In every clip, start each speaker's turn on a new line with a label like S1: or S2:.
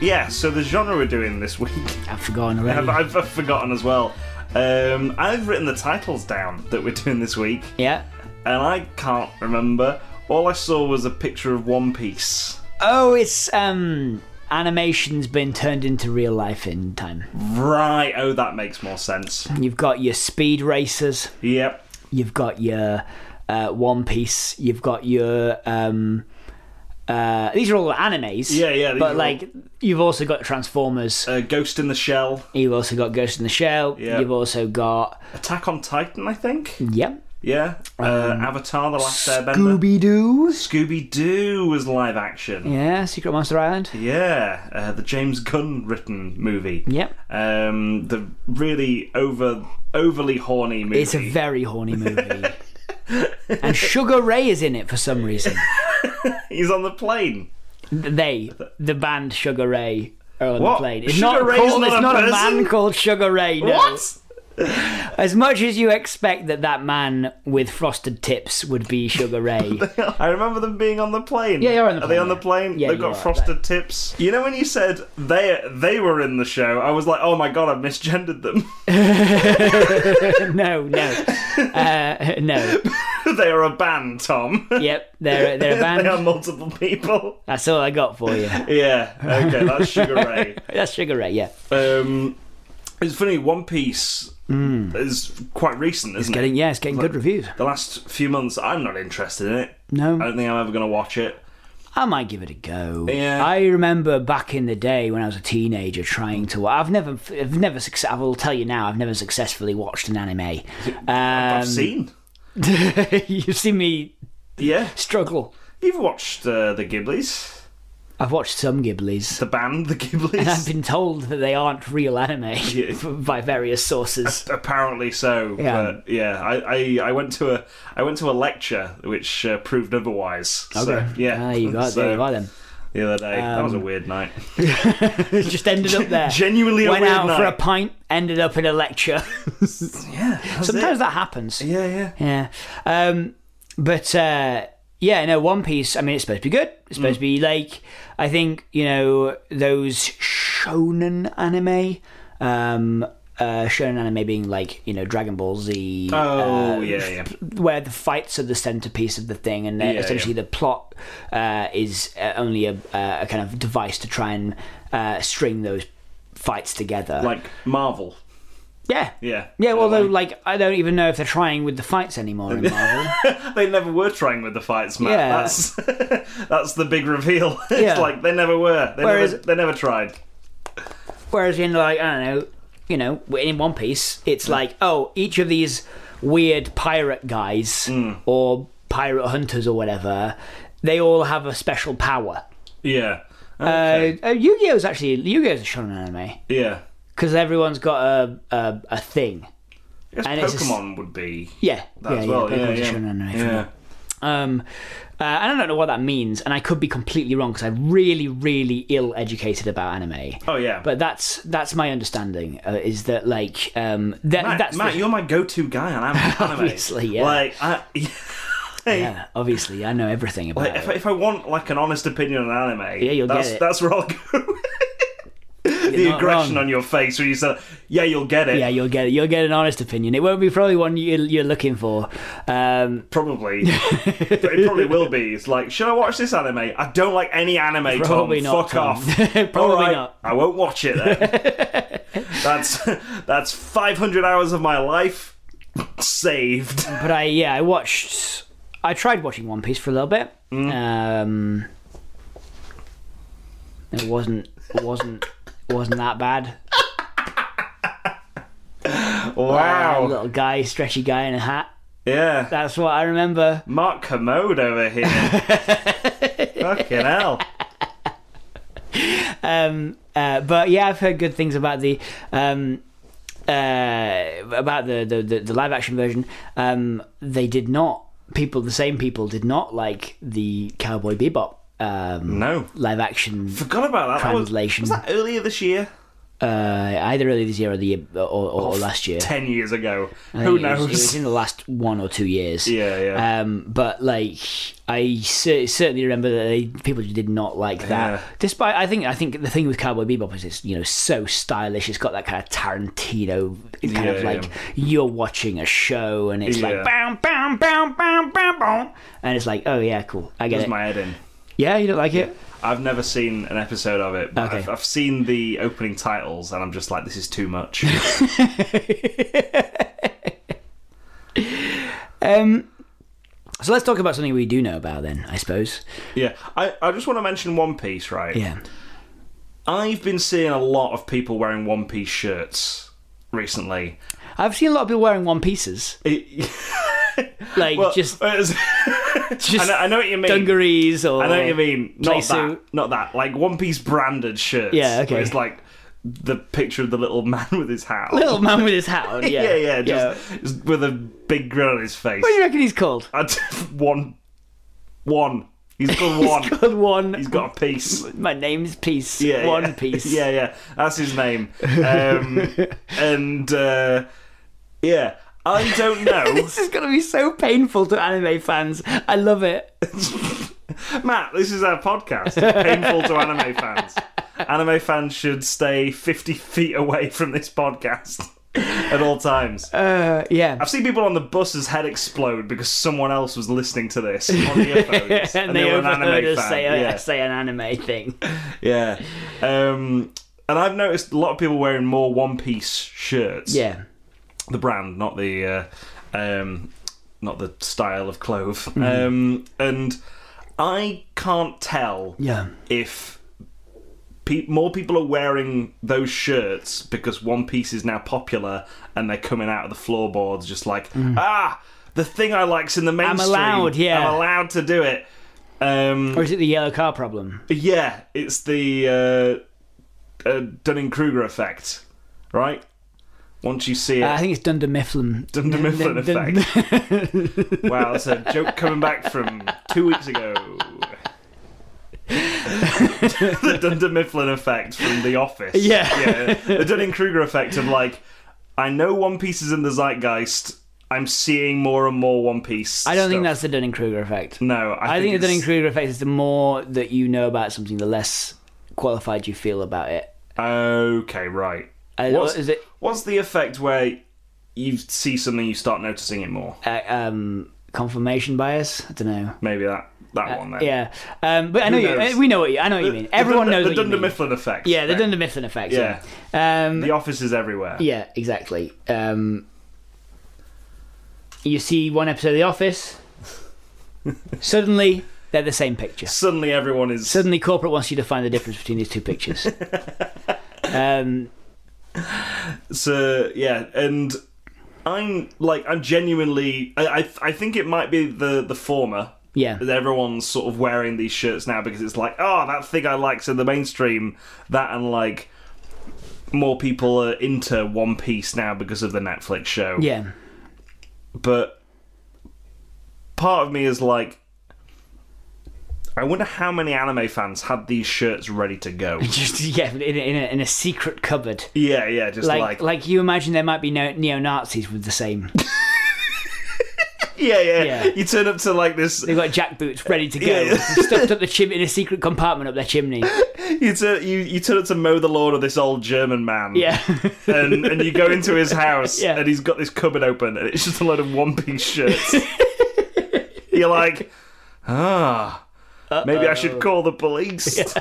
S1: yeah, so the genre we're doing this week,
S2: I've forgotten
S1: I've,
S2: already.
S1: I've, I've forgotten as well. Um, I've written the titles down that we're doing this week,
S2: Yeah.
S1: and I can't remember. All I saw was a picture of One Piece.
S2: Oh, it's um animation's been turned into real life in time.
S1: Right, oh, that makes more sense.
S2: You've got your speed racers.
S1: Yep.
S2: You've got your uh, One Piece. You've got your um. Uh, these are all animes.
S1: Yeah, yeah, these are
S2: But
S1: all-
S2: like, you've also got Transformers.
S1: Uh, Ghost in the Shell,
S2: You've also got Ghost in the Shell.
S1: Yeah.
S2: You've also got
S1: Attack on Titan, I think.
S2: yep,
S1: Yeah. Uh, Avatar: The Last Airbender.
S2: Um, Scooby Doo.
S1: Scooby Doo was live action.
S2: Yeah, Secret Monster Island.
S1: Yeah, uh, the James Gunn written movie.
S2: Yep.
S1: Um, the really over overly horny movie.
S2: It's a very horny movie. and Sugar Ray is in it for some reason.
S1: He's on the plane.
S2: They, the band Sugar Ray, are on
S1: What?
S2: the plane. It's
S1: Sugar
S2: not
S1: Ray's
S2: called.
S1: not
S2: it's
S1: a
S2: not a man
S1: person?
S2: called Sugar Ray. No.
S1: What?
S2: As much as you expect that that man with frosted tips would be Sugar Ray.
S1: I remember them being on the plane.
S2: Yeah, they are on the
S1: Are they
S2: plane,
S1: on the
S2: yeah.
S1: plane?
S2: Yeah,
S1: They've
S2: you
S1: got
S2: are,
S1: frosted tips. You know when you said they they were in the show, I was like, oh my god, I've misgendered them.
S2: no, no, uh, no.
S1: they are a band, Tom.
S2: Yep, they're they're a
S1: they are
S2: band.
S1: multiple people.
S2: That's all I got for you.
S1: Yeah. Okay, that's Sugar Ray.
S2: That's Sugar Ray. Yeah,
S1: Um, it's funny. One Piece is quite recent, isn't
S2: getting
S1: it?
S2: yeah, Mm. it's getting good reviews.
S1: The last few months, I'm not interested in it. I
S2: No,
S1: don't think I'm ever going to watch it.
S2: I might give it a go.
S1: Yeah.
S2: I remember back in the day when I was a teenager trying to. wa- I've never, I've never. succe- I will tell you now, I've never successfully watched an anime. Um,
S1: I've seen.
S2: you've seen me
S1: Yeah,
S2: struggle.
S1: you've watched uh, the Ghiblis,
S2: I've watched some Ghiblis.
S1: the band, the
S2: I've
S1: Ghiblis.
S2: been told that they aren't real anime
S1: Yeah.
S2: by various sources.
S1: Apparently so.
S2: Yeah.
S1: But yeah, I, I, I went to a I went to a lecture which uh, proved otherwise. So, yeah.
S2: Ah, you got
S1: So,
S2: there Um, you got them.
S1: the other day. that was a weird night.
S2: Just ended up there.
S1: Genuinely a
S2: went
S1: weird
S2: out for a
S1: night.
S2: pint, ended up in a
S1: Yeah.
S2: lecture.
S1: that was
S2: Sometimes
S1: it.
S2: that happens.
S1: Yeah, yeah.
S2: Yeah. Um, but uh, yeah, no, One Piece, I mean, it's supposed to be good. It's
S1: Mm.
S2: supposed to be like, I think, you know, those shonen anime, um, uh, shonen anime being like, you know, Dragon Ball Z.
S1: Oh,
S2: uh,
S1: yeah, yeah.
S2: Where the fights are the centerpiece of the thing, and uh,
S1: yeah.
S2: essentially the plot uh, is uh, only a, a kind of device to try and uh, string those fights together.
S1: Like Marvel.
S2: yeah.
S1: Yeah.
S2: Yeah,
S1: In a
S2: although
S1: way.
S2: like I don't even know if they're trying with the fights anymore in Marvel.
S1: they never were trying with the fights, Matt.
S2: Yeah.
S1: That's that's the big reveal. it's
S2: Yeah.
S1: like they never were. They
S2: Whereas-
S1: never, they never tried.
S2: Whereas in like I don't know, you know, in One Piece, it's
S1: Mm.
S2: like oh, each of these weird pirate guys
S1: Mm.
S2: or pirate hunters or whatever, they all have a special power.
S1: Yeah.
S2: Uh,
S1: Okay.
S2: uh, Yu-Gi-Oh's actually Yu-Gi-Oh's a shonen anime
S1: yeah.
S2: because everyone's got a a, a thing.
S1: I guess
S2: and it's just-
S1: Pokemon would be
S2: Yeah,
S1: that
S2: yeah,
S1: as well.
S2: yeah.
S1: Yeah,
S2: Pokemon's a
S1: yeah.
S2: shonen anime for me.
S1: yeah.
S2: Um, uh, and I don't know what that means, and I could be completely wrong because I'm really, really ill-educated about anime.
S1: Oh yeah.
S2: But that's that's my understanding uh, is that like um, that
S1: Matt,
S2: that's
S1: Matt,
S2: the-
S1: you're my go-to guy on anime.
S2: Obviously, yeah.
S1: Like, I,
S2: yeah, obviously I know everything about
S1: like, if,
S2: it.
S1: I- if I want like an honest opinion on anime,
S2: Uh, Yeah, you'll get
S1: that's,
S2: it.
S1: That's where I'll go. the
S2: not
S1: aggression
S2: wrong.
S1: on your face when you said, "Yeah, you'll get it."
S2: yeah, you'll get it. You'll get an honest opinion. It won't be probably one you, you're looking for. Um,
S1: Probably. it probably will be. It's like, should I watch this anime? I don't like any anime,
S2: Probably
S1: Tom.
S2: not,
S1: Fuck
S2: Tom.
S1: off.
S2: Probably
S1: All right,
S2: not.
S1: I won't watch it then. that's that's 500 hours of my life saved.
S2: but I yeah I watched. I tried watching One Piece for a little bit. Um, it wasn't it wasn't it wasn't that bad. Um, A
S1: Wow.
S2: little guy, stretchy guy in a hat.
S1: Yeah.
S2: That's what I remember.
S1: Mark Commode over here. Fucking hell.
S2: um, uh, but yeah, I've heard good things about the um, uh, about the, the, the, the live action version. Um, they did not people the same people did not like the Cowboy Bebop um,
S1: No.
S2: live action.
S1: Forgot about that. That was-
S2: Translation.
S1: Was, that earlier this year?
S2: uh, either earlier this year or the year, or, or, or last year.
S1: ten years ago.
S2: I
S1: Who
S2: think It was, it was
S1: knows?
S2: in the last one or two years.
S1: Yeah, yeah.
S2: Um, but like, I cer- certainly remember that they, people did not like that.
S1: Yeah.
S2: Despite, I think, I think the thing with Cowboy Bebop is it's you know so stylish. It's got that kind of Tarantino kind of
S1: Yeah,
S2: like
S1: yeah.
S2: you're watching a show and it's like
S1: Yeah.
S2: bam, bam, bam, bam, bam, bam, and it's like, oh yeah, cool. I get
S1: There's
S2: it.
S1: my head in.
S2: yeah, you don't like it.
S1: I've never seen an episode of it. But
S2: Okay.
S1: I've, I've seen the opening titles, and I'm just like, this is too much.
S2: Um, so let's talk about something we do know about then, I suppose.
S1: yeah, I, I just want to mention One Piece, right?
S2: Yeah.
S1: I've been seeing a lot of people wearing One Piece shirts recently.
S2: I've seen a lot of people wearing one pieces,
S1: It,
S2: like
S1: well,
S2: just
S1: I,
S2: just
S1: know, I know what you mean.
S2: dungarees or
S1: I know what you mean. Not
S2: Playsuit.
S1: that. Not that. Like One Piece branded shirts.
S2: Yeah, okay.
S1: where It's like the picture of the little man with his hat.
S2: Little man with his hat on. Yeah,
S1: yeah, yeah, just just with a big grin on his face.
S2: What do you reckon he's called?
S1: And one, one. He's called one.
S2: He's called one.
S1: He's got a piece.
S2: My name's Peace.
S1: Yeah,
S2: one
S1: yeah.
S2: Piece.
S1: Yeah, yeah. That's his name. Um, and uh, yeah, I don't know,
S2: This is gonna be so painful to anime fans. I love it.
S1: Matt. This is our podcast. Painful to anime fans. Anime fans should stay fifty feet away from this podcast at all times.
S2: Uh, yeah.
S1: I've seen people on the bus's head explode because someone else was listening to this on the earphones,
S2: and they,
S1: were an anime
S2: overheard us
S1: fan.
S2: say, uh,
S1: yeah.
S2: say an anime thing.
S1: Yeah. Um, and I've noticed a lot of people wearing more One Piece shirts.
S2: Yeah.
S1: The brand, not the uh, um, not the style of clove.
S2: Mm-hmm.
S1: Um, and I can't tell
S2: Yeah.
S1: if pe- more people are wearing those shirts because One Piece is now popular and they're coming out of the floorboards just like, ah, the thing I like's in the mainstream.
S2: allowed, yeah.
S1: I'm allowed to do it. Um,
S2: Or is it the yellow car problem?
S1: yeah, it's the uh, uh, Dunning Kruger effect, right? Once you see it,
S2: Uh, I think it's Dunder Mifflin.
S1: Dunder Mifflin
S2: Dun- dun-
S1: effect. wow, that's a joke coming back from two weeks ago. the Dunder Mifflin effect from The Office.
S2: Yeah.
S1: yeah. The Dunning Kruger effect of like, I know One Piece is in the zeitgeist. I'm seeing more and more One Piece.
S2: I don't think
S1: stuff.
S2: that's the Dunning Kruger effect.
S1: No, I,
S2: I think, the
S1: it's-
S2: Dunning Kruger effect is the more that you know about something, the less qualified you feel about it.
S1: Okay, right.
S2: I-
S1: What's-
S2: is it
S1: What's the effect where you see something, you start noticing it more?
S2: uh, um, confirmation bias? I don't know.
S1: Maybe that that one then.
S2: Uh, Yeah, um, but I know you.
S1: knows?
S2: uh, We know what you. I know what you mean.
S1: The
S2: Everyone
S1: Dunder-
S2: knows
S1: the
S2: what
S1: Dunder
S2: you mean.
S1: Mifflin effect.
S2: Yeah, the
S1: then.
S2: Dunder Mifflin effect. Yeah. Um,
S1: The office is everywhere.
S2: yeah, exactly. Um, you see one episode of The Office. suddenly, they're the same picture.
S1: Suddenly everyone is.
S2: Suddenly, corporate wants you to find the difference between these two pictures. um,
S1: So yeah, and I'm like I'm genuinely I I, I think it might be the the former.
S2: yeah.
S1: that Everyone's sort of wearing these shirts now because it's like, oh, that thing I like's in the mainstream. That and like more people are into One Piece now because of the Netflix show.
S2: Yeah.
S1: but part of me is like I wonder how many anime fans had these shirts ready to go.
S2: Just yeah, in a, in a, in a secret cupboard.
S1: yeah, yeah, just
S2: Like,
S1: like,
S2: like you imagine there might be no neo Nazis with the same.
S1: yeah, yeah,
S2: yeah.
S1: You turn up to like this.
S2: They've got jack boots ready to go,
S1: Yeah.
S2: stuffed up the chimney in a secret compartment up their chimney.
S1: You turn you, you turn up to mow the lawn of this old German man.
S2: Yeah,
S1: and and you go into his house
S2: Yeah.
S1: and he's got this cupboard open and it's just a load of one piece shirts. You're like, ah, maybe I should call the police.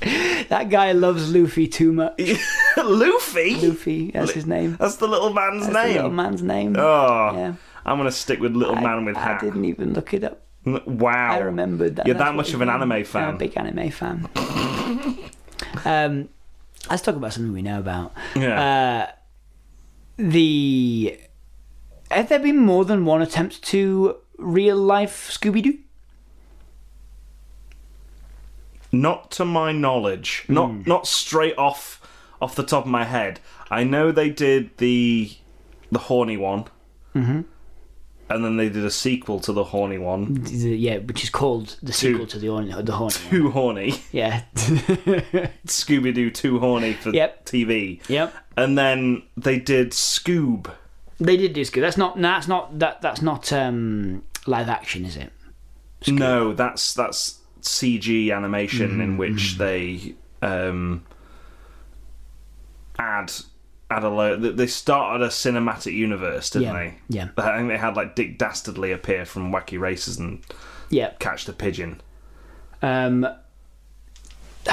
S2: that guy loves Luffy too much.
S1: Luffy.
S2: Luffy, that's his name.
S1: That's the little man's
S2: That's the
S1: name.
S2: little man's name.
S1: Oh,
S2: Yeah.
S1: I'm gonna stick with little man with
S2: I
S1: hat.
S2: didn't even look it up.
S1: Wow,
S2: I remembered that.
S1: You're
S2: That's
S1: that
S2: what
S1: much
S2: his
S1: of an
S2: name-
S1: anime
S2: I'm
S1: fan.
S2: a big anime fan. um, let's talk about something we know about. Uh,
S1: yeah,
S2: The have there been more than one attempt to real life Scooby Doo?
S1: not to my knowledge. Not not straight off off the top of my head. I know they did the the horny one. Mm-hmm. and then they did a sequel to the horny one.
S2: yeah, which is called the sequel to the horny, the horny. one.
S1: Too horny.
S2: Yeah,
S1: Scooby Doo too horny for
S2: Yep.
S1: TV.
S2: yep.
S1: And then they did Scoob.
S2: They did do Scoob. That's not. That's not. That. That's not um, live action, is it?
S1: No, that's that's CG animation
S2: Mm-hmm.
S1: in which they um, add add a lo- th- They started a cinematic universe, didn't
S2: Yeah,
S1: they?
S2: yeah.
S1: I think they had like Dick Dastardly appear from Wacky Races and
S2: Yeah.
S1: catch the pigeon.
S2: Um,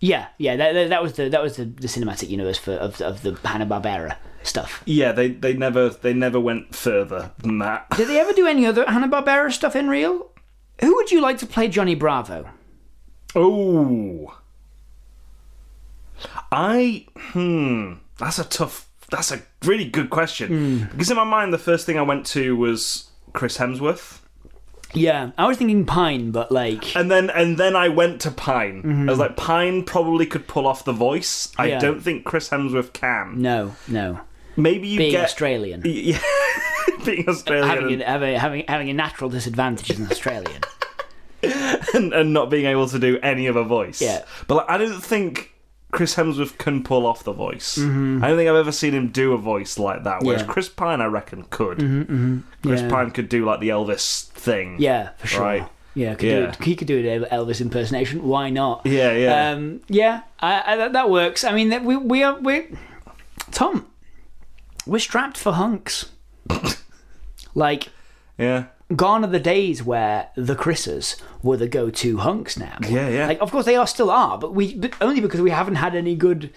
S2: yeah. Yeah. That, that, that was the. That was the, the cinematic universe for of the, of the Hanna Barbera stuff.
S1: Yeah, they they never they never went further than that.
S2: Did they ever do any other Hanna Barbera stuff in real? Who would you like to play Johnny Bravo?
S1: Oh, I hmm. That's a tough. That's a really good question
S2: Mm.
S1: because in my mind the first thing I went to was Chris Hemsworth,
S2: Yeah, I was thinking Pine, but like,
S1: and then and then I went to Pine. I was like, Pine probably could pull off the voice. I
S2: Mm-hmm. Yeah.
S1: don't think Chris Hemsworth can.
S2: no, no.
S1: Maybe you
S2: Being
S1: get
S2: Australian,
S1: yeah, being Australian
S2: having a, having, having having a natural disadvantage as an Australian.
S1: and, and not being able to do any other voice.
S2: Yeah.
S1: But like, I don't think Chris Hemsworth can pull off the voice. I don't think I've ever seen him do a voice like that. Whereas
S2: Mm-hmm. Yeah. Mm-hmm,
S1: Chris Pine, I reckon, could. Chris
S2: Yeah.
S1: Pine could do like the Elvis thing.
S2: Yeah, for sure.
S1: Right.
S2: Yeah, could
S1: Yeah.
S2: Do it. he could do an Elvis impersonation. Why not?
S1: Yeah, yeah.
S2: Um, yeah, I, I, that, that works. I mean, that we we are we, Tom, we're strapped for hunks. like,
S1: yeah.
S2: gone are the days where the Chris's were the go-to hunks now.
S1: Yeah, yeah.
S2: Like, of course they are still are, but we but only because we haven't had any good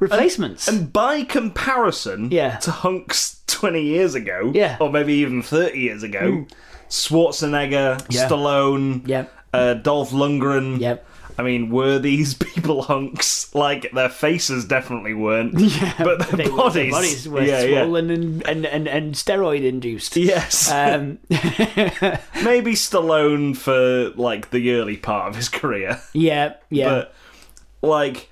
S2: replacements.
S1: And by comparison
S2: Yeah.
S1: to Hunks 20 years ago,
S2: Yeah. Hmm.
S1: or maybe even 30 years ago, Schwarzenegger,
S2: Yeah.
S1: Stallone,
S2: Yeah.
S1: uh, Dolph Lundgren.
S2: Yeah.
S1: I mean, were these people hunks? Like, their faces definitely weren't, but their
S2: They were-
S1: bodies.
S2: their bodies were
S1: yeah,
S2: swollen And, and, and, and steroid induced.
S1: Yeah. Yes.
S2: Um,
S1: maybe Stallone for, like, the early part of his career.
S2: yeah, yeah.
S1: but like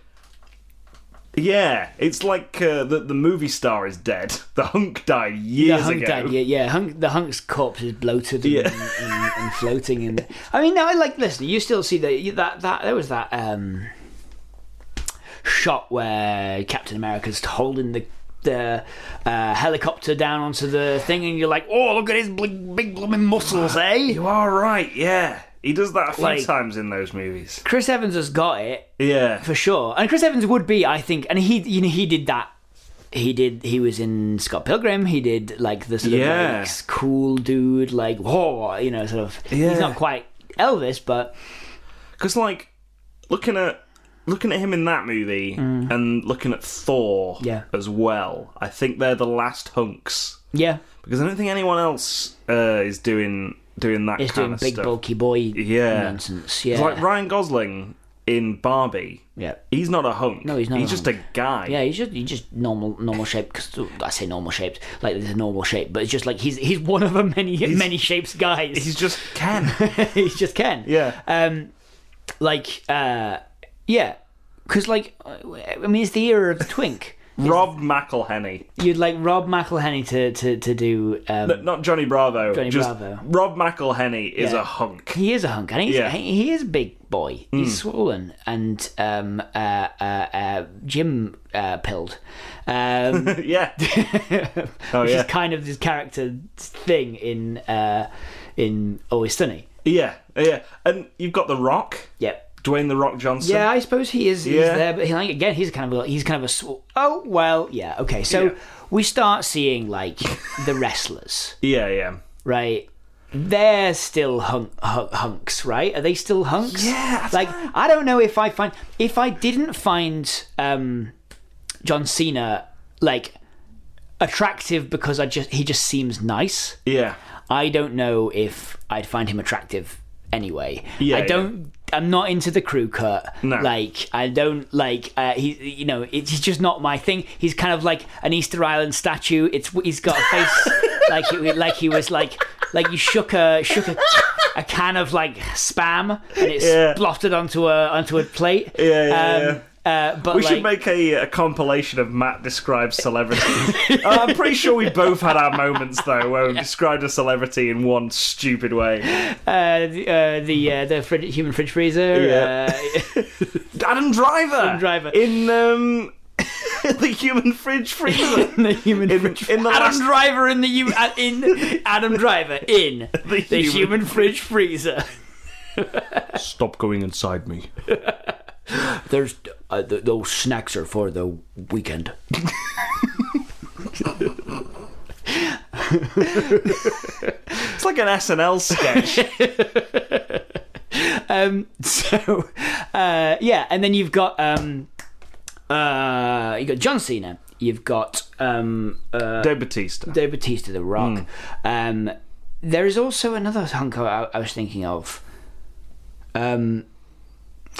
S1: yeah it's like uh, the, the movie star is dead the hunk died years
S2: The hunk
S1: ago
S2: died, yeah, yeah. Hunk, the hunk's corpse is bloated and,
S1: Yeah.
S2: and, and floating. And I mean, no, I like listen. You still see that you- that that there was that um, shot where Captain America's holding the the uh, helicopter down onto the thing, and you're like, oh, look at his big, big blooming muscles, eh?
S1: you are right yeah he does that a few
S2: Like-
S1: times in those movies
S2: Chris Evans has got it
S1: yeah
S2: for sure, and Chris Evans would be, I think, and he you know he did that. He did. He was in Scott Pilgrim. He did like the sort
S1: Yeah.
S2: of like, cool dude, like whoa, you know, sort of.
S1: Yeah.
S2: He's not quite Elvis, but
S1: because like looking at looking at him in that movie and looking at thor
S2: Mm. Yeah.
S1: as well i think they're the last hunks
S2: yeah,
S1: because i don't think anyone else uh, is doing doing that
S2: he's
S1: kind
S2: doing
S1: of
S2: big
S1: stuff
S2: bulky boy
S1: Yeah.
S2: nonsense. Yeah,
S1: It's like ryan gosling in barbie
S2: yeah.
S1: He's not a hunk. No,
S2: he's not
S1: He's
S2: a
S1: just a guy.
S2: Yeah, he's just he's just normal normal shape. Cause oh, I say normal shaped, like there's a normal shape, but it's just like he's he's one of a many many shapes guys.
S1: He's just Ken.
S2: he's just Ken.
S1: Yeah.
S2: Um, like, uh, yeah, because like, uh, I mean, it's the era of the twink.
S1: Rob McElhenney.
S2: You'd like Rob McElhenney to to to do. Um,
S1: Not Johnny Bravo.
S2: Johnny
S1: just
S2: Bravo.
S1: Rob McElhenney is
S2: Yeah.
S1: a hunk.
S2: he is a hunk, and he's
S1: Yeah. Hmm.
S2: he, he is a big boy. He's swollen and um uh uh, uh gym uh, pilled. Um,
S1: yeah. oh,
S2: which
S1: yeah.
S2: is kind of his character thing in uh in Always Sunny.
S1: Yeah. Yeah. And you've got The Rock.
S2: Yep.
S1: Dwayne The Rock Johnson.
S2: Yeah, I suppose he is. He's
S1: Yeah.
S2: there, but he, like again, he's kind of a, he's kind of a. Sw- oh well, yeah, okay. So
S1: Yeah.
S2: we start seeing like the wrestlers,
S1: Yeah, yeah.
S2: right? They're still hunk, hunk, hunks, right? Are they still hunks?
S1: Yeah, I
S2: Like I don't know if I find if I didn't find um, John Cena like attractive because I just he just seems nice.
S1: Yeah.
S2: I don't know if I'd find him attractive anyway.
S1: Yeah,
S2: I don't. I'm not into the crew cut.
S1: No.
S2: Like I don't like. Uh, he, you know, it's he's just not my thing. He's kind of like an Easter Island statue. It's he's got a face like he, like he was like like you shook a shook a, a can of like spam and it's
S1: Yeah.
S2: blotted onto a onto a plate.
S1: Yeah, yeah,
S2: Um, Uh, but
S1: We
S2: like,
S1: should make a, a compilation of Matt describes celebrities. Uh, I'm pretty sure we both had our moments though, where we described a celebrity in one stupid way.
S2: uh, the uh, the, uh, the frid- human fridge freezer.
S1: Yeah.
S2: Uh,
S1: Adam Driver.
S2: Adam Driver.
S1: in um, the human fridge freezer.
S2: the human
S1: In,
S2: fridge.
S1: in the
S2: Adam
S1: last
S2: Driver in the u- uh, in Adam Driver in the,
S1: the
S2: human, fridge freezer.
S1: Stop going inside me.
S2: There's uh, th- those snacks are for the weekend.
S1: It's like an SNL sketch.
S2: Um, so uh, yeah, and then you've got um, uh, you got John Cena. You've got um, uh,
S1: Dave Batista.
S2: Dave Batista, The Rock. Um, there is also another hunk I, I was thinking of. Um,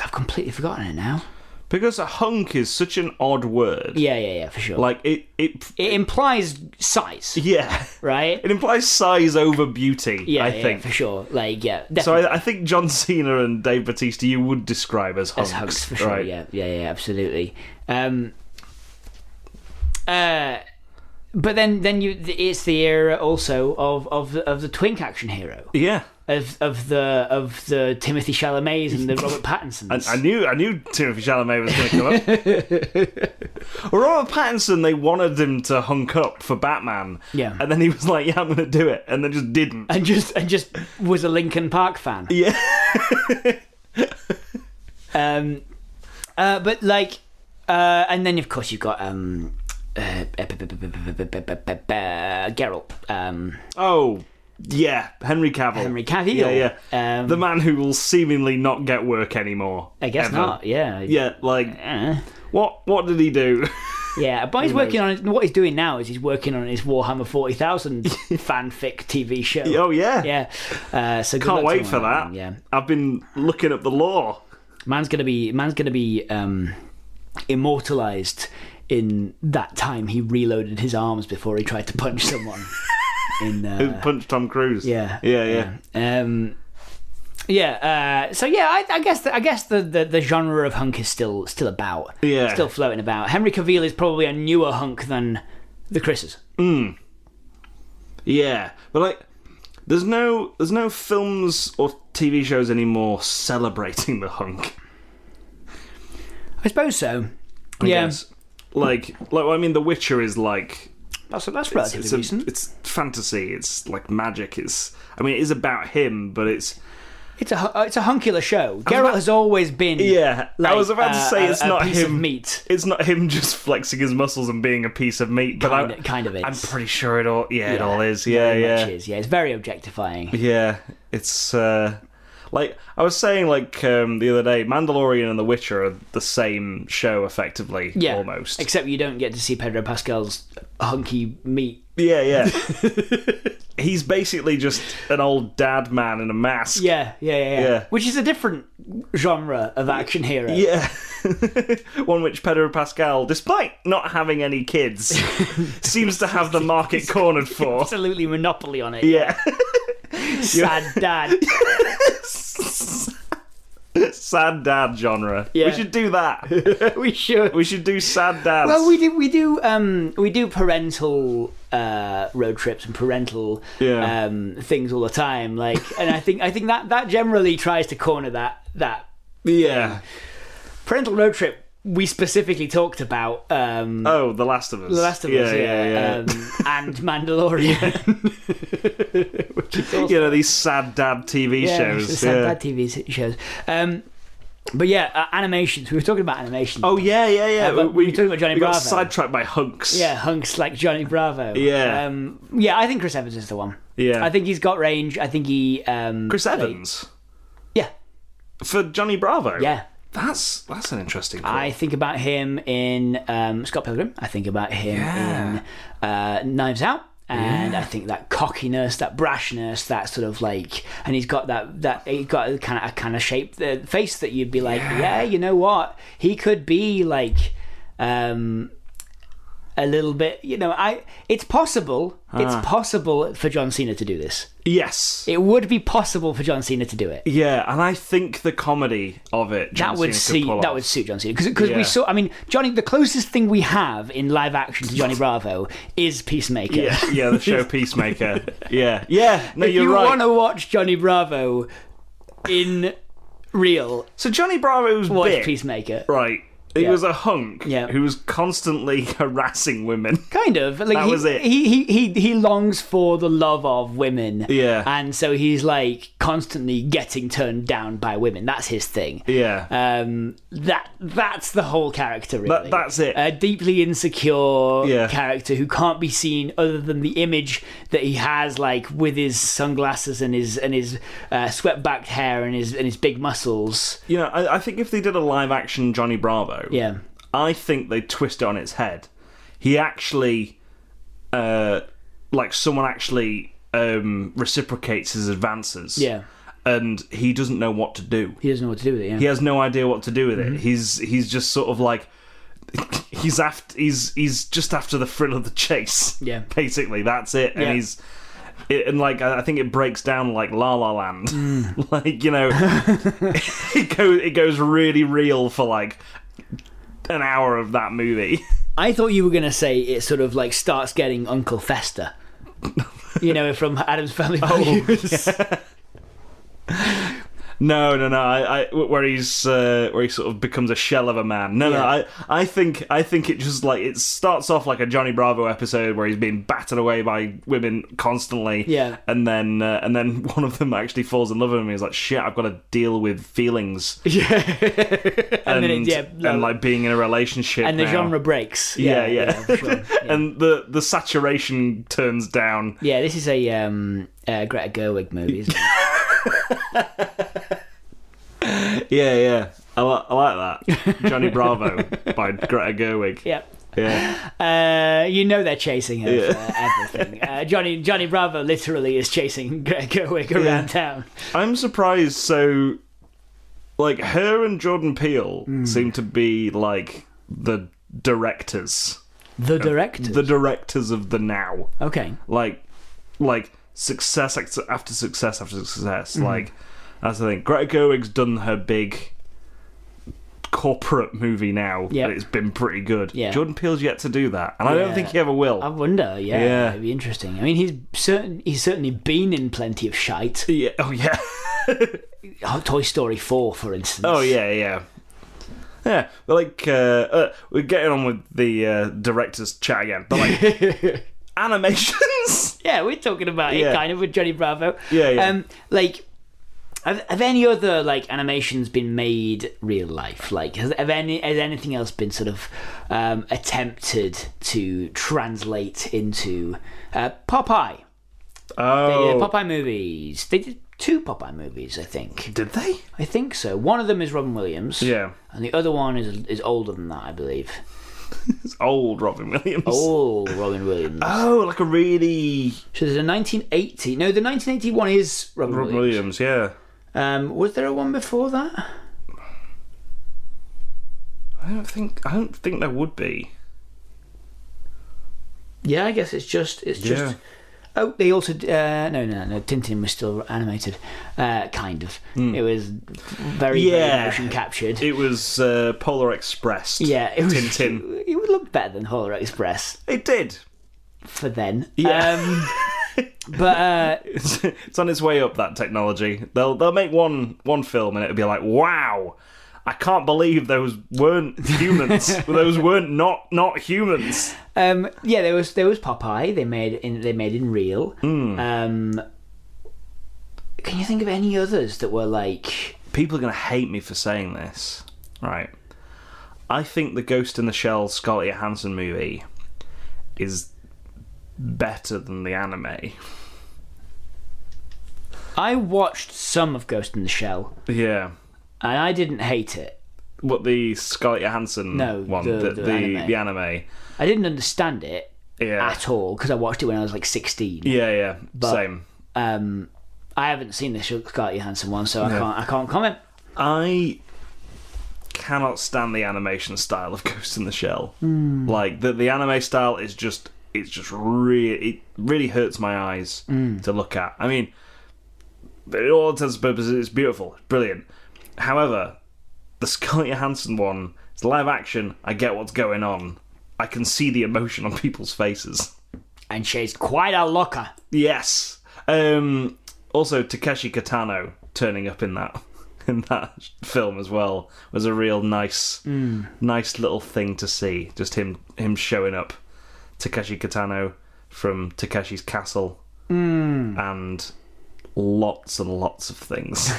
S2: I've completely forgotten it now.
S1: Because a hunk is such an odd word.
S2: Yeah, yeah, yeah, for sure.
S1: Like it, it,
S2: it implies size,
S1: yeah.
S2: right?
S1: It implies size over beauty.
S2: Yeah,
S1: I
S2: yeah,
S1: think.
S2: for sure. Like, yeah,
S1: So
S2: definitely.
S1: I, I think John Cena and Dave Batista you would describe as hunks,
S2: As hugs for sure.
S1: right?
S2: Yeah, yeah, yeah, absolutely. Um, uh, but then, then you it's the era also of of the, of the twink action hero
S1: Yeah.
S2: of of the of the Timothy Chalamets and the Robert Pattinsons.
S1: I knew, I knew Timothy Chalamet was going to come up. Robert Pattinson, they wanted him to hunk up for Batman.
S2: Yeah.
S1: and then he was like, "Yeah, I'm going to do it," and then just didn't.
S2: and just and just was a Lincoln Park fan.
S1: Yeah.
S2: um, uh, but like, uh, and then of course you've got um, uh, Geralt, um,
S1: Oh, yeah, Henry Cavill.
S2: Henry Cavill.
S1: Yeah,
S2: yeah. Um,
S1: the man who will seemingly not get work anymore.
S2: I guess
S1: ever.
S2: not. Yeah.
S1: Yeah, like
S2: Uh,
S1: what? What did he do?
S2: yeah, but he's working on what he's doing now is he's working on his Warhammer forty thousand fanfic TV show.
S1: oh yeah,
S2: Yeah, uh, so good luck
S1: Can't
S2: to
S1: wait
S2: him
S1: for
S2: on
S1: that.
S2: one, Yeah,
S1: I've been looking up the law.
S2: man's gonna be man's gonna be um, immortalized in that time he reloaded his arms before he tried to punch someone. in uh,
S1: Punch Tom Cruise.
S2: yeah,
S1: yeah, yeah.
S2: yeah. Um, yeah, uh, so yeah, I, I guess the, I guess the, the, the genre of hunk is still still about,
S1: Yeah.
S2: still floating about. Henry Cavill is probably a newer hunk than the Chris's.
S1: Yeah, but like, there's no there's no films or TV shows anymore celebrating the hunk.
S2: I suppose so.
S1: I
S2: yeah,
S1: guess. like like I mean, The Witcher is like
S2: that's that's
S1: it's
S2: relatively
S1: it's, a,
S2: recent.
S1: it's fantasy. It's like magic. It's I mean, it is about him, but it's
S2: It's a hu- uh, it's a hunkular show. Geralt has always been.
S1: yeah. I
S2: like,
S1: was about to
S2: uh,
S1: say
S2: a-
S1: it's
S2: a
S1: not
S2: piece of
S1: him.
S2: meat.
S1: It's not him just flexing his muscles and being a piece of meat, but
S2: Kind
S1: I,
S2: of- kind of
S1: I'm
S2: is.
S1: pretty sure it all. Yeah, it
S2: Yeah,
S1: all is. Yeah,
S2: very
S1: yeah.
S2: much is. Yeah, it's very objectifying.
S1: Yeah, it's uh, like I was saying, like um, the other day, Mandalorian and The Witcher are the same show, effectively,
S2: Yeah,
S1: almost.
S2: Except you don't get to see Pedro Pascal's hunky meat.
S1: yeah, yeah. He's basically just an old dad man in a mask.
S2: Yeah, yeah, yeah, yeah.
S1: Yeah.
S2: Which is a different genre of action hero.
S1: Yeah. One which Pedro Pascal, despite not having any kids, seems to have the market cornered for.
S2: Absolutely monopoly on it.
S1: Yeah.
S2: Sad dad.
S1: sad dad genre.
S2: Yeah.
S1: We should do that.
S2: we should.
S1: we should do sad dads.
S2: Well, we do we do um, we do parental uh, road trips and parental
S1: Yeah.
S2: um, things all the time. Like, and I think I think that that generally tries to corner that that
S1: Yeah.
S2: parental road trip. We specifically talked about um,
S1: Oh, The Last of Us.
S2: The Last of Us, yeah, Um, and Mandalorian, which is also
S1: you know these sad dad TV
S2: yeah,
S1: shows.
S2: the sad
S1: yeah.
S2: bad TV s- shows. Um, but yeah, uh, animations. We were talking about animations.
S1: Oh yeah, yeah, yeah.
S2: Uh, but we were talking about Johnny
S1: we got
S2: Bravo.
S1: sidetracked by hunks.
S2: Yeah, hunks like Johnny Bravo.
S1: Yeah.
S2: um, yeah. I think Chris Evans is the one.
S1: yeah.
S2: I think he's got range. I think he. Um,
S1: Chris Evans
S2: yeah,
S1: for Johnny Bravo.
S2: yeah.
S1: that's that's an interesting. Call.
S2: I think about him in um, Scott Pilgrim. I think about him in uh, Knives Out. And I think that cockiness, that brashness, that sort of like, and he's got that that he got a kind of a kind of shape, the face that you'd be like, yeah, you know what, he could be like, um, a little bit. You know, I it's possible.
S1: Ah.
S2: It's possible for John Cena to do this.
S1: Yes.
S2: It would be possible for John Cena to do it.
S1: yeah, and I think the comedy of it John
S2: That
S1: Cena could
S2: would see
S1: pull
S2: that
S1: off.
S2: would suit John Cena because
S1: Yeah.
S2: we saw. I mean, Johnny. The closest thing we have in live action to Johnny Bravo is Peacemaker.
S1: yeah, yeah, the show Peacemaker. Yeah, yeah. No,
S2: if
S1: you're
S2: you
S1: right.
S2: want to watch Johnny Bravo in real,
S1: So Johnny Bravo's
S2: watch
S1: bit,
S2: Peacemaker.
S1: right? He
S2: Yeah.
S1: was a hunk
S2: Yeah.
S1: who was constantly harassing women.
S2: Kind of like
S1: That
S2: he,
S1: was it.
S2: He, he he he longs for the love of women.
S1: Yeah.
S2: and so he's like constantly getting turned down by women. That's his thing.
S1: Yeah.
S2: Um, that that's the whole character. Really,
S1: That- that's it.
S2: A deeply insecure
S1: Yeah.
S2: character who can't be seen other than the image that he has, like with his sunglasses and his and his uh, swept back hair and his and his big muscles.
S1: you know, I, I think if they did a live action Johnny Bravo,
S2: Yeah,
S1: I think they twist it on its head. He actually, uh, like someone actually um, reciprocates his advances.
S2: Yeah.
S1: and he doesn't know what to do.
S2: he doesn't know what to do with it. Yeah,
S1: He has no idea what to do
S2: Mm-hmm.
S1: with it. He's he's just sort of like. He's after he's he's just after the thrill of the chase.
S2: Yeah.
S1: basically that's it. And
S2: Yeah.
S1: he's it, and like I I think it breaks down like La La Land.
S2: Mm.
S1: like you know, it goes it goes really real for like an hour of that movie.
S2: I thought you were gonna say it sort of like starts getting Uncle Fester. you know, from Adam's Family
S1: Oh,
S2: Values.
S1: No, no, no. I, I where he's uh, where he sort of becomes a shell of a man. No, no.
S2: Yeah.
S1: I, I think I think it just like it starts off like a Johnny Bravo episode where he's being battered away by women constantly.
S2: Yeah.
S1: and then uh, and then one of them actually falls in love with him. and He's like, shit, I've got to deal with feelings and
S2: and, then it- yeah,
S1: and like being in a relationship
S2: and the
S1: now.
S2: genre breaks.
S1: Yeah,
S2: Yeah,
S1: yeah.
S2: for sure. Yeah.
S1: and the the saturation turns down.
S2: Yeah, this is a um, uh, Greta Gerwig movie. Isn't it?
S1: Yeah, yeah. I, li- I like that Johnny Bravo by Greta Gerwig.
S2: yeah.
S1: yeah.
S2: Uh, you know they're chasing her for everything. Uh, Johnny Johnny Bravo literally is chasing Greta Gerwig around
S1: Yeah.
S2: town.
S1: I'm surprised. So, like, her and Jordan Peele
S2: Hmm.
S1: seem to be like the directors,
S2: The director.
S1: the directors of the now.
S2: okay.
S1: Like, like success ex- after success after success.
S2: Mm-hmm.
S1: Like, that's the thing. Greta Gerwig's done her big corporate movie now,
S2: Yeah.
S1: and it's been pretty good.
S2: Yeah.
S1: Jordan Peele's yet to do that, and I don't
S2: Yeah.
S1: think he ever will.
S2: I wonder. Yeah,
S1: Yeah.
S2: it'd be interesting. I mean, he's certain he's certainly been in plenty of shite.
S1: yeah. Oh yeah.
S2: Oh, Toy Story Four, for instance.
S1: Oh yeah, yeah, yeah. But like, uh, uh, we're getting on with the uh, director's chat again. But like, animations.
S2: Yeah, we're talking about
S1: Yeah.
S2: it kind of with Johnny Bravo.
S1: Yeah, yeah.
S2: Um, like, have, have any other like animations been made real life? Like, has have any has anything else been sort of um, attempted to translate into uh, Popeye? They uh, did
S1: Oh,
S2: Popeye movies. They did two Popeye movies, I think.
S1: did they?
S2: I think so. One of them is Robin Williams.
S1: Yeah,
S2: And the other one is is older than that, I believe.
S1: it's old Robin Williams.
S2: Oh, Robin Williams.
S1: Oh, like a really
S2: So there's a 1980. No, the 1981 is Robin,
S1: Robin Williams.
S2: Williams.
S1: Yeah,
S2: Um, was there a one before that?
S1: I don't think I don't think there would be.
S2: Yeah, I guess it's just it's just.
S1: Yeah.
S2: Oh, they also uh, no no no. Tintin was still animated, uh, kind of. It was very
S1: Hmm. Yeah.
S2: very motion captured.
S1: It was uh, Polar Express.
S2: yeah, it was,
S1: Tintin.
S2: It would look better than Polar Express
S1: It did.
S2: for then.
S1: Yeah.
S2: Um, but uh,
S1: It's, it's on its way up. That technology. They'll they'll make one one film and it'll be like, wow, I can't believe those weren't humans. those weren't not not humans.
S2: um, yeah, there was there was Popeye. They made in they made in real.
S1: Hmm.
S2: Um, can you think of any others that were like?
S1: People are gonna hate me for saying this, right? I think the Ghost in the Shell Scarlett Johansson movie is better than the anime.
S2: I watched some of Ghost in the Shell,
S1: Yeah.
S2: and I didn't hate it.
S1: What the Scarlett Johansson
S2: No,
S1: one,
S2: the-
S1: the
S2: the
S1: the
S2: anime.
S1: the anime.
S2: I didn't understand it
S1: Yeah.
S2: at all because I watched it when I was like 16.
S1: Yeah, yeah. Same.
S2: Um, I haven't seen the Scarlett Johansson one, so I can't. I can't comment.
S1: I cannot stand the animation style of Ghost in the Shell. Like the the anime style is just it's just really it really hurts my eyes to look at. I mean, it all intents and purposes, it's beautiful, it's brilliant. However, the Scarlett Johansson one, it's live action. I get what's going on. I can see the emotion on people's faces.
S2: and she's quite a looker.
S1: Yes. Um, also, Takeshi Kitano turning up in that in that film as well was a real nice, nice little thing to see. Just him him showing up. Takeshi Kitano from Takeshi's Castle, and lots and lots of things.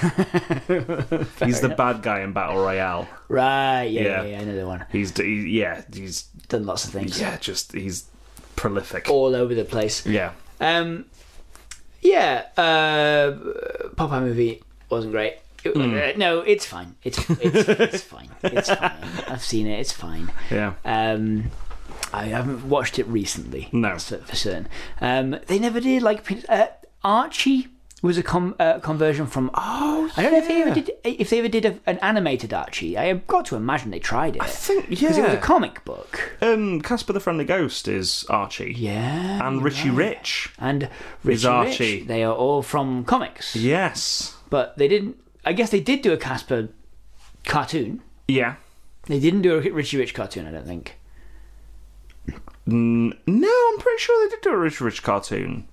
S1: He's the bad guy in Battle Royale.
S2: Right, yeah, yeah,
S1: Yeah.
S2: yeah, another one.
S1: He's he, yeah, he's
S2: Done lots of things.
S1: yeah, just he's prolific.
S2: All over the place.
S1: Yeah.
S2: Um, yeah, uh, Popeye movie wasn't great. It-
S1: Hmm.
S2: uh, no, it's fine. It's it's, it's fine. It's fine. I've seen it. It's fine.
S1: Yeah.
S2: Um, I haven't watched it recently.
S1: No.
S2: that's for for certain. Um, they never did like Pin- uh, Archie was a com- uh, conversion from.
S1: Oh,
S2: I don't know if they ever did if they ever did a, an animated Archie. I have got to imagine they tried it. I
S1: think
S2: it was a
S1: yeah.
S2: comic book.
S1: Um, Casper the Friendly Ghost is Archie.
S2: Yeah,
S1: And Richie Rich.
S2: and Richie
S1: Archie.
S2: Rich. They are all from comics.
S1: Yes.
S2: But they didn't. I guess they did do a Casper cartoon.
S1: Yeah.
S2: They didn't do a Richie Rich cartoon. I don't think.
S1: N- no, I'm pretty sure they did do a Richie Rich cartoon.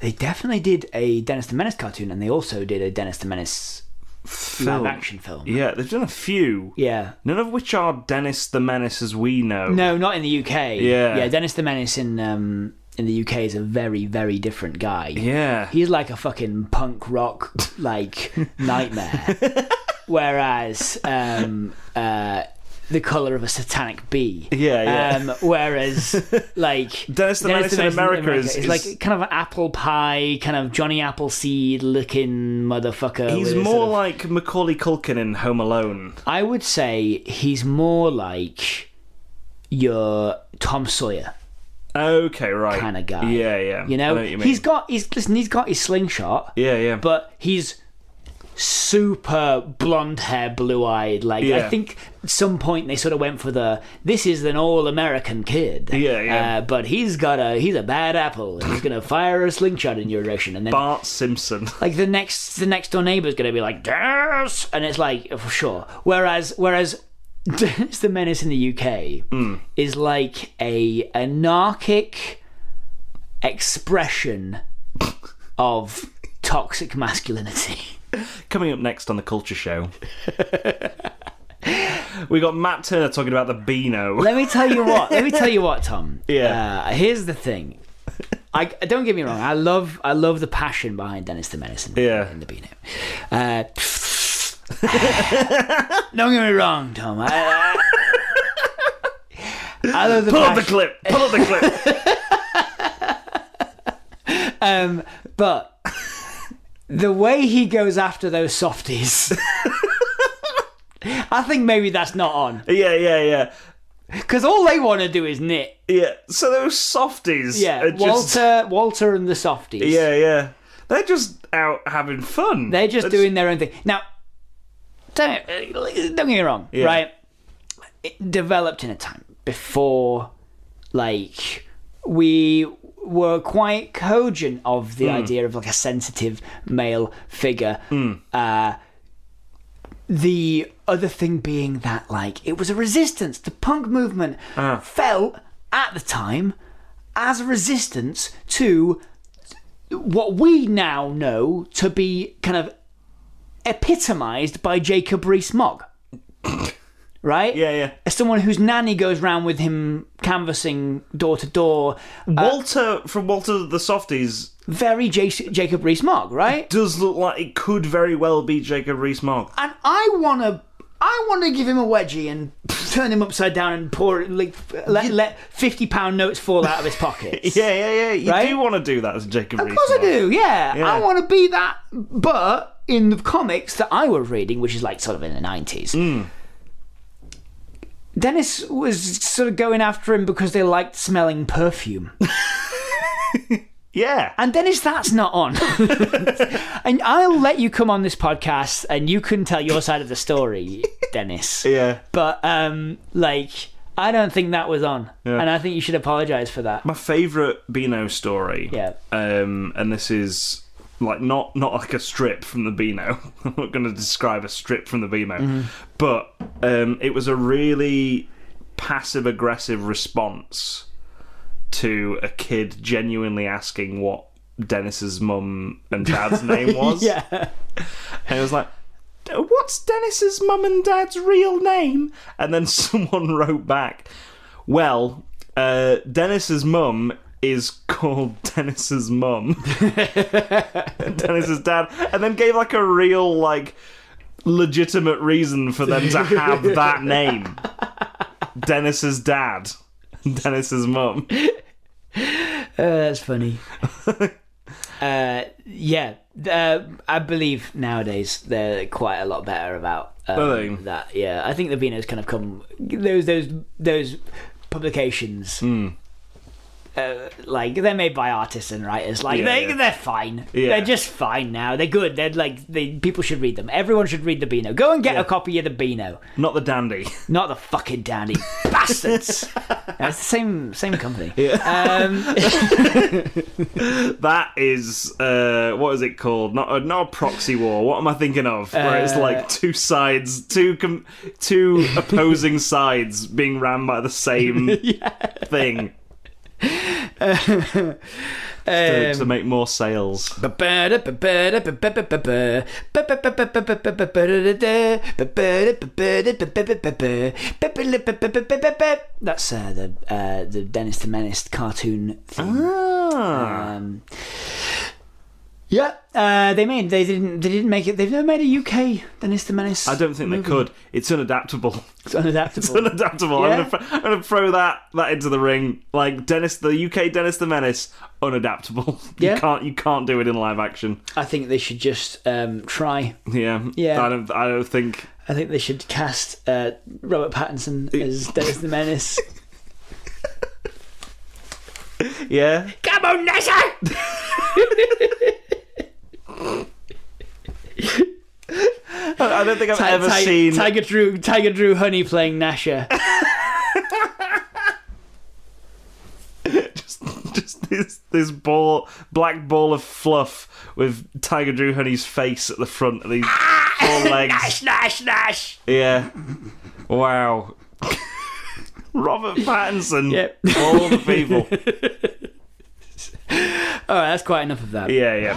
S2: They definitely did a Dennis the Menace cartoon, and they also did a Dennis the Menace live action film.
S1: Yeah, they've done a few.
S2: Yeah.
S1: None of which are Dennis the Menace as we know.
S2: No, not in the UK.
S1: Yeah.
S2: Yeah. Dennis the Menace in um in the UK is a very very different guy.
S1: Yeah.
S2: He's like a fucking punk rock like nightmare. Whereas um uh the color of a satanic bee.
S1: Yeah, yeah.
S2: Um, whereas, like
S1: Dennis the Menace in America is-
S2: is,
S1: is-
S2: like kind of an apple pie, kind of Johnny Appleseed looking motherfucker.
S1: He's
S2: with a
S1: more
S2: sort of-
S1: like Macaulay Culkin in Home Alone.
S2: I would say he's more like your Tom Sawyer.
S1: Okay, right.
S2: Kinda guy.
S1: Yeah, yeah.
S2: You know,
S1: I what you mean.
S2: he's got he's listen, he's got his slingshot,
S1: Yeah, yeah.
S2: but he's super blonde hair, blue eyed. Like I
S1: Yeah.
S2: think at some point they sort of went for the this is an all American kid.
S1: Yeah, yeah.
S2: Uh, but he's got a he's a bad apple. And he's gonna fire a slingshot in your direction, and then
S1: Bart Simpson.
S2: like the next the next door neighbor's gonna be like yes and it's like for sure whereas whereas Dennis the Menace in the UK is like a anarchic expression of toxic masculinity.
S1: Coming up next on the Culture Show. we got Matt Turner talking about the Beano.
S2: Let me tell you what. Let me tell you what, Tom.
S1: Yeah.
S2: Uh, here's the thing. I don't get me wrong. I love I love the passion behind Dennis the Menace and,
S1: Yeah.
S2: and the Beano. Uh, don't get me wrong, Tom. I, I, I love the
S1: Pull up the
S2: passion,
S1: clip. Pull up the clip.
S2: um, but the way he goes after those softies. I think maybe that's not on
S1: Yeah, yeah, yeah.
S2: because all they want to do is knit.
S1: Yeah. So those softies.
S2: Yeah,
S1: are just,
S2: Walter, Walter, and the softies.
S1: Yeah, yeah. They're just out having fun.
S2: They're just
S1: That's-
S2: doing their own thing. Now, don't, uh, don't get me wrong, right? It developed in a time before, like, we were quite cogent of the idea of like a sensitive male figure. Uh, the other thing being that, like, it was a resistance. The punk movement felt at the time as a resistance to what we now know to be kind of epitomized by Jacob Rees-Mogg. right?
S1: Yeah, yeah.
S2: As someone whose nanny goes round with him canvassing door to door.
S1: Walter from Walter the Softies
S2: Very J- Jacob Rees-Mogg, right?
S1: does look like it could very well be Jacob Rees-Mogg.
S2: And I want to... I want to give him a wedgie and turn him upside down and pour it, like, let, let fifty pound notes fall out of his pockets.
S1: Yeah, yeah, yeah. You
S2: Right?
S1: do want to do that as Jacob Rees-Mogg.
S2: Of course I do, yeah.
S1: Yeah.
S2: I want to be that. But in the comics that I was reading, which is like sort of in the 90s,
S1: Hmm.
S2: Dennis was sort of going after him because they liked smelling perfume.
S1: Yeah.
S2: And Dennis, that's not on. and I'll let you come on this podcast and you can tell your side of the story, Dennis.
S1: Yeah.
S2: But um like I don't think that was on.
S1: Yeah.
S2: And I think you should apologize for that.
S1: My favourite Beano story.
S2: Yeah.
S1: Um, and this is like not not like a strip from the Beano. I'm not going to describe a strip from the Beano,
S2: Mm-hmm.
S1: but um, it was a really passive aggressive response to a kid genuinely asking what Dennis's mum and dad's name was.
S2: Yeah.
S1: And it was like, what's Dennis's mum and dad's real name? And then someone wrote back, well, uh, Dennis's mum is called Dennis's mum. And Dennis's dad. And then gave like a real, like, legitimate reason for them to have that name Dennis's dad. Dennis's mum.
S2: Uh, that's funny. uh, yeah, uh, I believe nowadays they're quite a lot better about um,
S1: Are they?
S2: that. Yeah, I think the Beano's kind of come those those those publications.
S1: Hmm.
S2: Uh, like they're made by artists and writers. Like
S1: Yeah,
S2: they
S1: yeah.
S2: they're fine.
S1: Yeah.
S2: They're just fine now. They're good. They're like they, people should read them. Everyone should read the Beano. Go and get a copy of the Beano,
S1: Not the dandy.
S2: not the fucking dandy bastards. That's the same same company. Um,
S1: That is uh, what is it called? Not a, not a proxy war. What am I thinking of? Where it's
S2: Uh,
S1: like two sides, two com- two opposing sides being ran by the same thing
S2: Uh,
S1: to,
S2: um,
S1: to make more sales.
S2: That's uh, the uh, the Dennis the Menace cartoon theme.
S1: Ah,
S2: Um, yeah, uh, they made they didn't they didn't make it. They've never made a UK Dennis the Menace.
S1: I don't think they
S2: movie.
S1: could. It's unadaptable.
S2: It's unadaptable.
S1: unadaptable. I'm,
S2: Yeah.
S1: gonna, fr- I'm gonna throw that that into the ring. Like Dennis, the UK Dennis the Menace, unadaptable.
S2: Yeah.
S1: You can't you can't do it in live action.
S2: I think they should just um, try.
S1: Yeah.
S2: Yeah.
S1: I don't I don't think
S2: I think they should cast uh, Robert Pattinson as Dennis the Menace.
S1: Yeah.
S2: Come on, Nessa!
S1: I don't think I've
S2: Ti-
S1: ever
S2: Ti-
S1: seen
S2: Tiger Drew Tiger Drew Honey playing Nasher.
S1: just, just this this ball black ball of fluff with Tiger Drew Honey's face at the front of these
S2: Ah!
S1: four legs.
S2: nash, nash.
S1: Yeah. Wow. Robert Pattinson.
S2: Yep.
S1: of All the people.
S2: All right, that's quite enough of that.
S1: Yeah, yeah.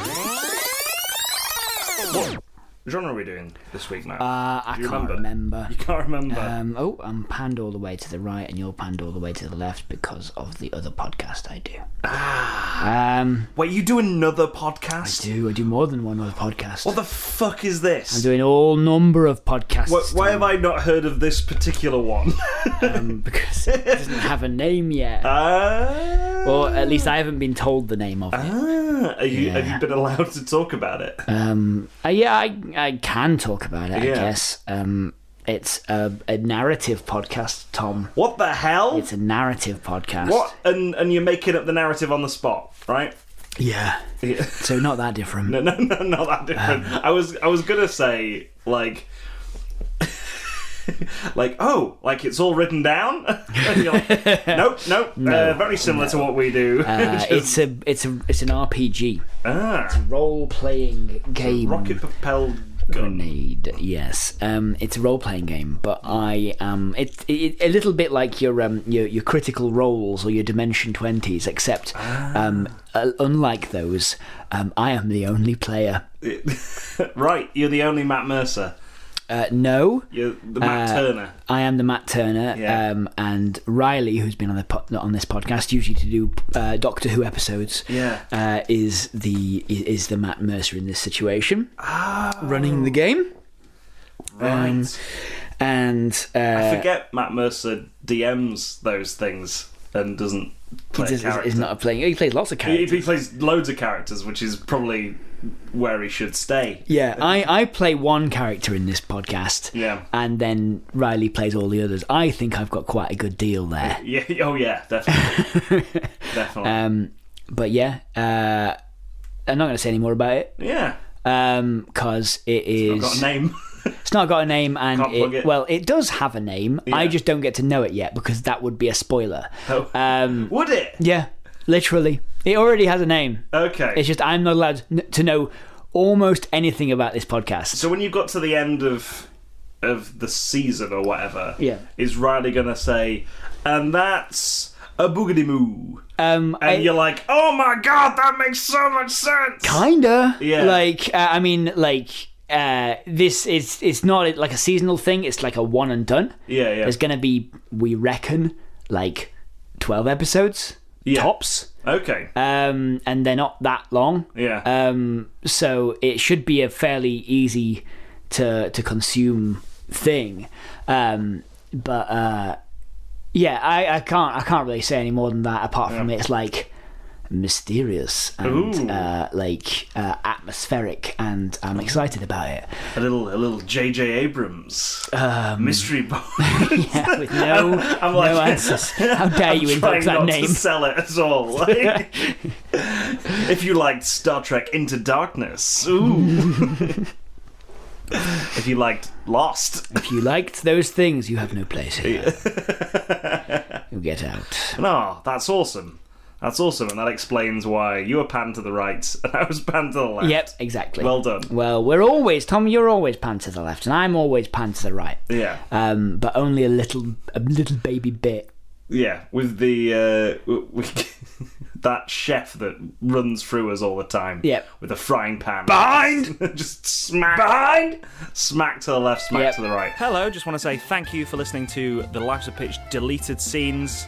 S1: What genre are we doing this week, Matt?
S2: Uh, I
S1: Do you
S2: can't remember.
S1: You can't remember.
S2: Um, oh, I'm panned all the way to the right, and you're panned all the way to the left because of the other podcast I do. um,
S1: Wait, you do another podcast?
S2: do I do more than one other podcast?
S1: What the fuck is
S2: I'm
S1: this?
S2: doing all number of podcasts.
S1: Wh- Why have I not heard of this particular one? Uh,
S2: um, because it doesn't have a name yet.
S1: Ah.
S2: or at least I haven't been told the name of it.
S1: Ah, are you, have
S2: uh, Yeah.
S1: you been allowed to talk about it?
S2: Um, uh, yeah, I, I can talk about it, I
S1: Yeah.
S2: guess. Um, it's a, a narrative podcast, Tom.
S1: What the hell?
S2: It's a narrative podcast.
S1: What? And and you're making up the narrative on the spot, right?
S2: Yeah.
S1: Yeah.
S2: So not that different.
S1: No, no, no, not that different.
S2: Um.
S1: I was I was gonna say like. like oh like it's all written down And you're like, nope nope uh, very similar to what we do
S2: Uh,
S1: Just-
S2: it's a it's a it's an RPG
S1: ah,
S2: role playing game.
S1: rocket propelled gun
S2: Grenade, yes. Um, it's a role-playing game, but I um, it's it, a little bit like your um, your your critical roles or your dimension twenties, except um,
S1: Ah.
S2: uh, unlike those, um, I am the only player.
S1: right you're the only Matt Mercer
S2: Uh, no,
S1: you're the Matt
S2: Uh,
S1: Turner
S2: I am the Matt Turner,
S1: Yeah.
S2: um, and Riley, who's been on the po- on this podcast usually to do uh, Doctor Who episodes,
S1: Yeah.
S2: uh, is the i- is the Matt Mercer in this situation,
S1: ah
S2: running the game,
S1: right
S2: and uh,
S1: I forget Matt Mercer DMs those things and doesn't play
S2: he
S1: a
S2: does-
S1: character.
S2: is, is not a playing. He plays lots of
S1: he,
S2: characters.
S1: he plays loads of characters, which is probably where he should stay.
S2: Yeah, I, I play one character in this podcast,
S1: Yeah.
S2: and then Riley plays all the others. I think I've got quite a good deal there.
S1: Yeah. Oh yeah. Definitely. definitely.
S2: Um, but yeah, uh, I'm not going to say any more about it
S1: Yeah.
S2: because it
S1: I've
S2: is.
S1: got a name.
S2: It's not got a name, and
S1: Can't plug
S2: it,
S1: it.
S2: well, it does have a name. I
S1: Yeah.
S2: just don't get to know it yet because that would be a spoiler.
S1: Oh.
S2: Um,
S1: Would it?
S2: yeah, literally, it already has a name.
S1: Okay.
S2: It's just I'm not allowed n- to know almost anything about this podcast.
S1: So when you got to the end of of the season or whatever,
S2: Yeah.
S1: is Riley gonna say, and that's a boogity moo,
S2: Um,
S1: and
S2: I-
S1: you're like, oh my god, that makes so much sense.
S2: kinda
S1: Yeah.
S2: like uh, i mean like uh this is it's not like a seasonal thing it's like a one and done
S1: yeah, yeah.
S2: there's gonna be we reckon like 12 episodes
S1: Yeah.
S2: tops
S1: Okay.
S2: um and they're not that long
S1: Yeah.
S2: um so it should be a fairly easy to to consume thing um but uh yeah i i can't i can't really say any more than that apart from it's like mysterious and
S1: Ooh. Oh.
S2: uh like uh, atmospheric and i'm excited about it
S1: a little, a little J.J. Abrams mystery box.
S2: yeah, with um, no,
S1: I'm
S2: no
S1: like-
S2: answers how dare you
S1: Trying
S2: invoke that
S1: not
S2: name
S1: to sell it at all. Like, if you liked Star Trek Into Darkness, ooh. if you liked Lost,
S2: if you liked those things you have no place here you get out
S1: No, that's awesome. That's awesome, and that explains why you were panned to the right and I was panned to the left.
S2: yep exactly
S1: Well done.
S2: Well, we're always Tom. You're always pan to the left, and I'm always pan to the right.
S1: Yeah,
S2: Um, but only a little, a little baby bit.
S1: yeah. With the uh, w- we, that chef that runs through us all the time.
S2: Yep.
S1: With a frying pan.
S2: Behind!
S1: just smack. Behind. Smack to the left. Smack
S2: Yep.
S1: to the right. Hello. Just want to say thank you for listening to the Lives of Pitch deleted scenes.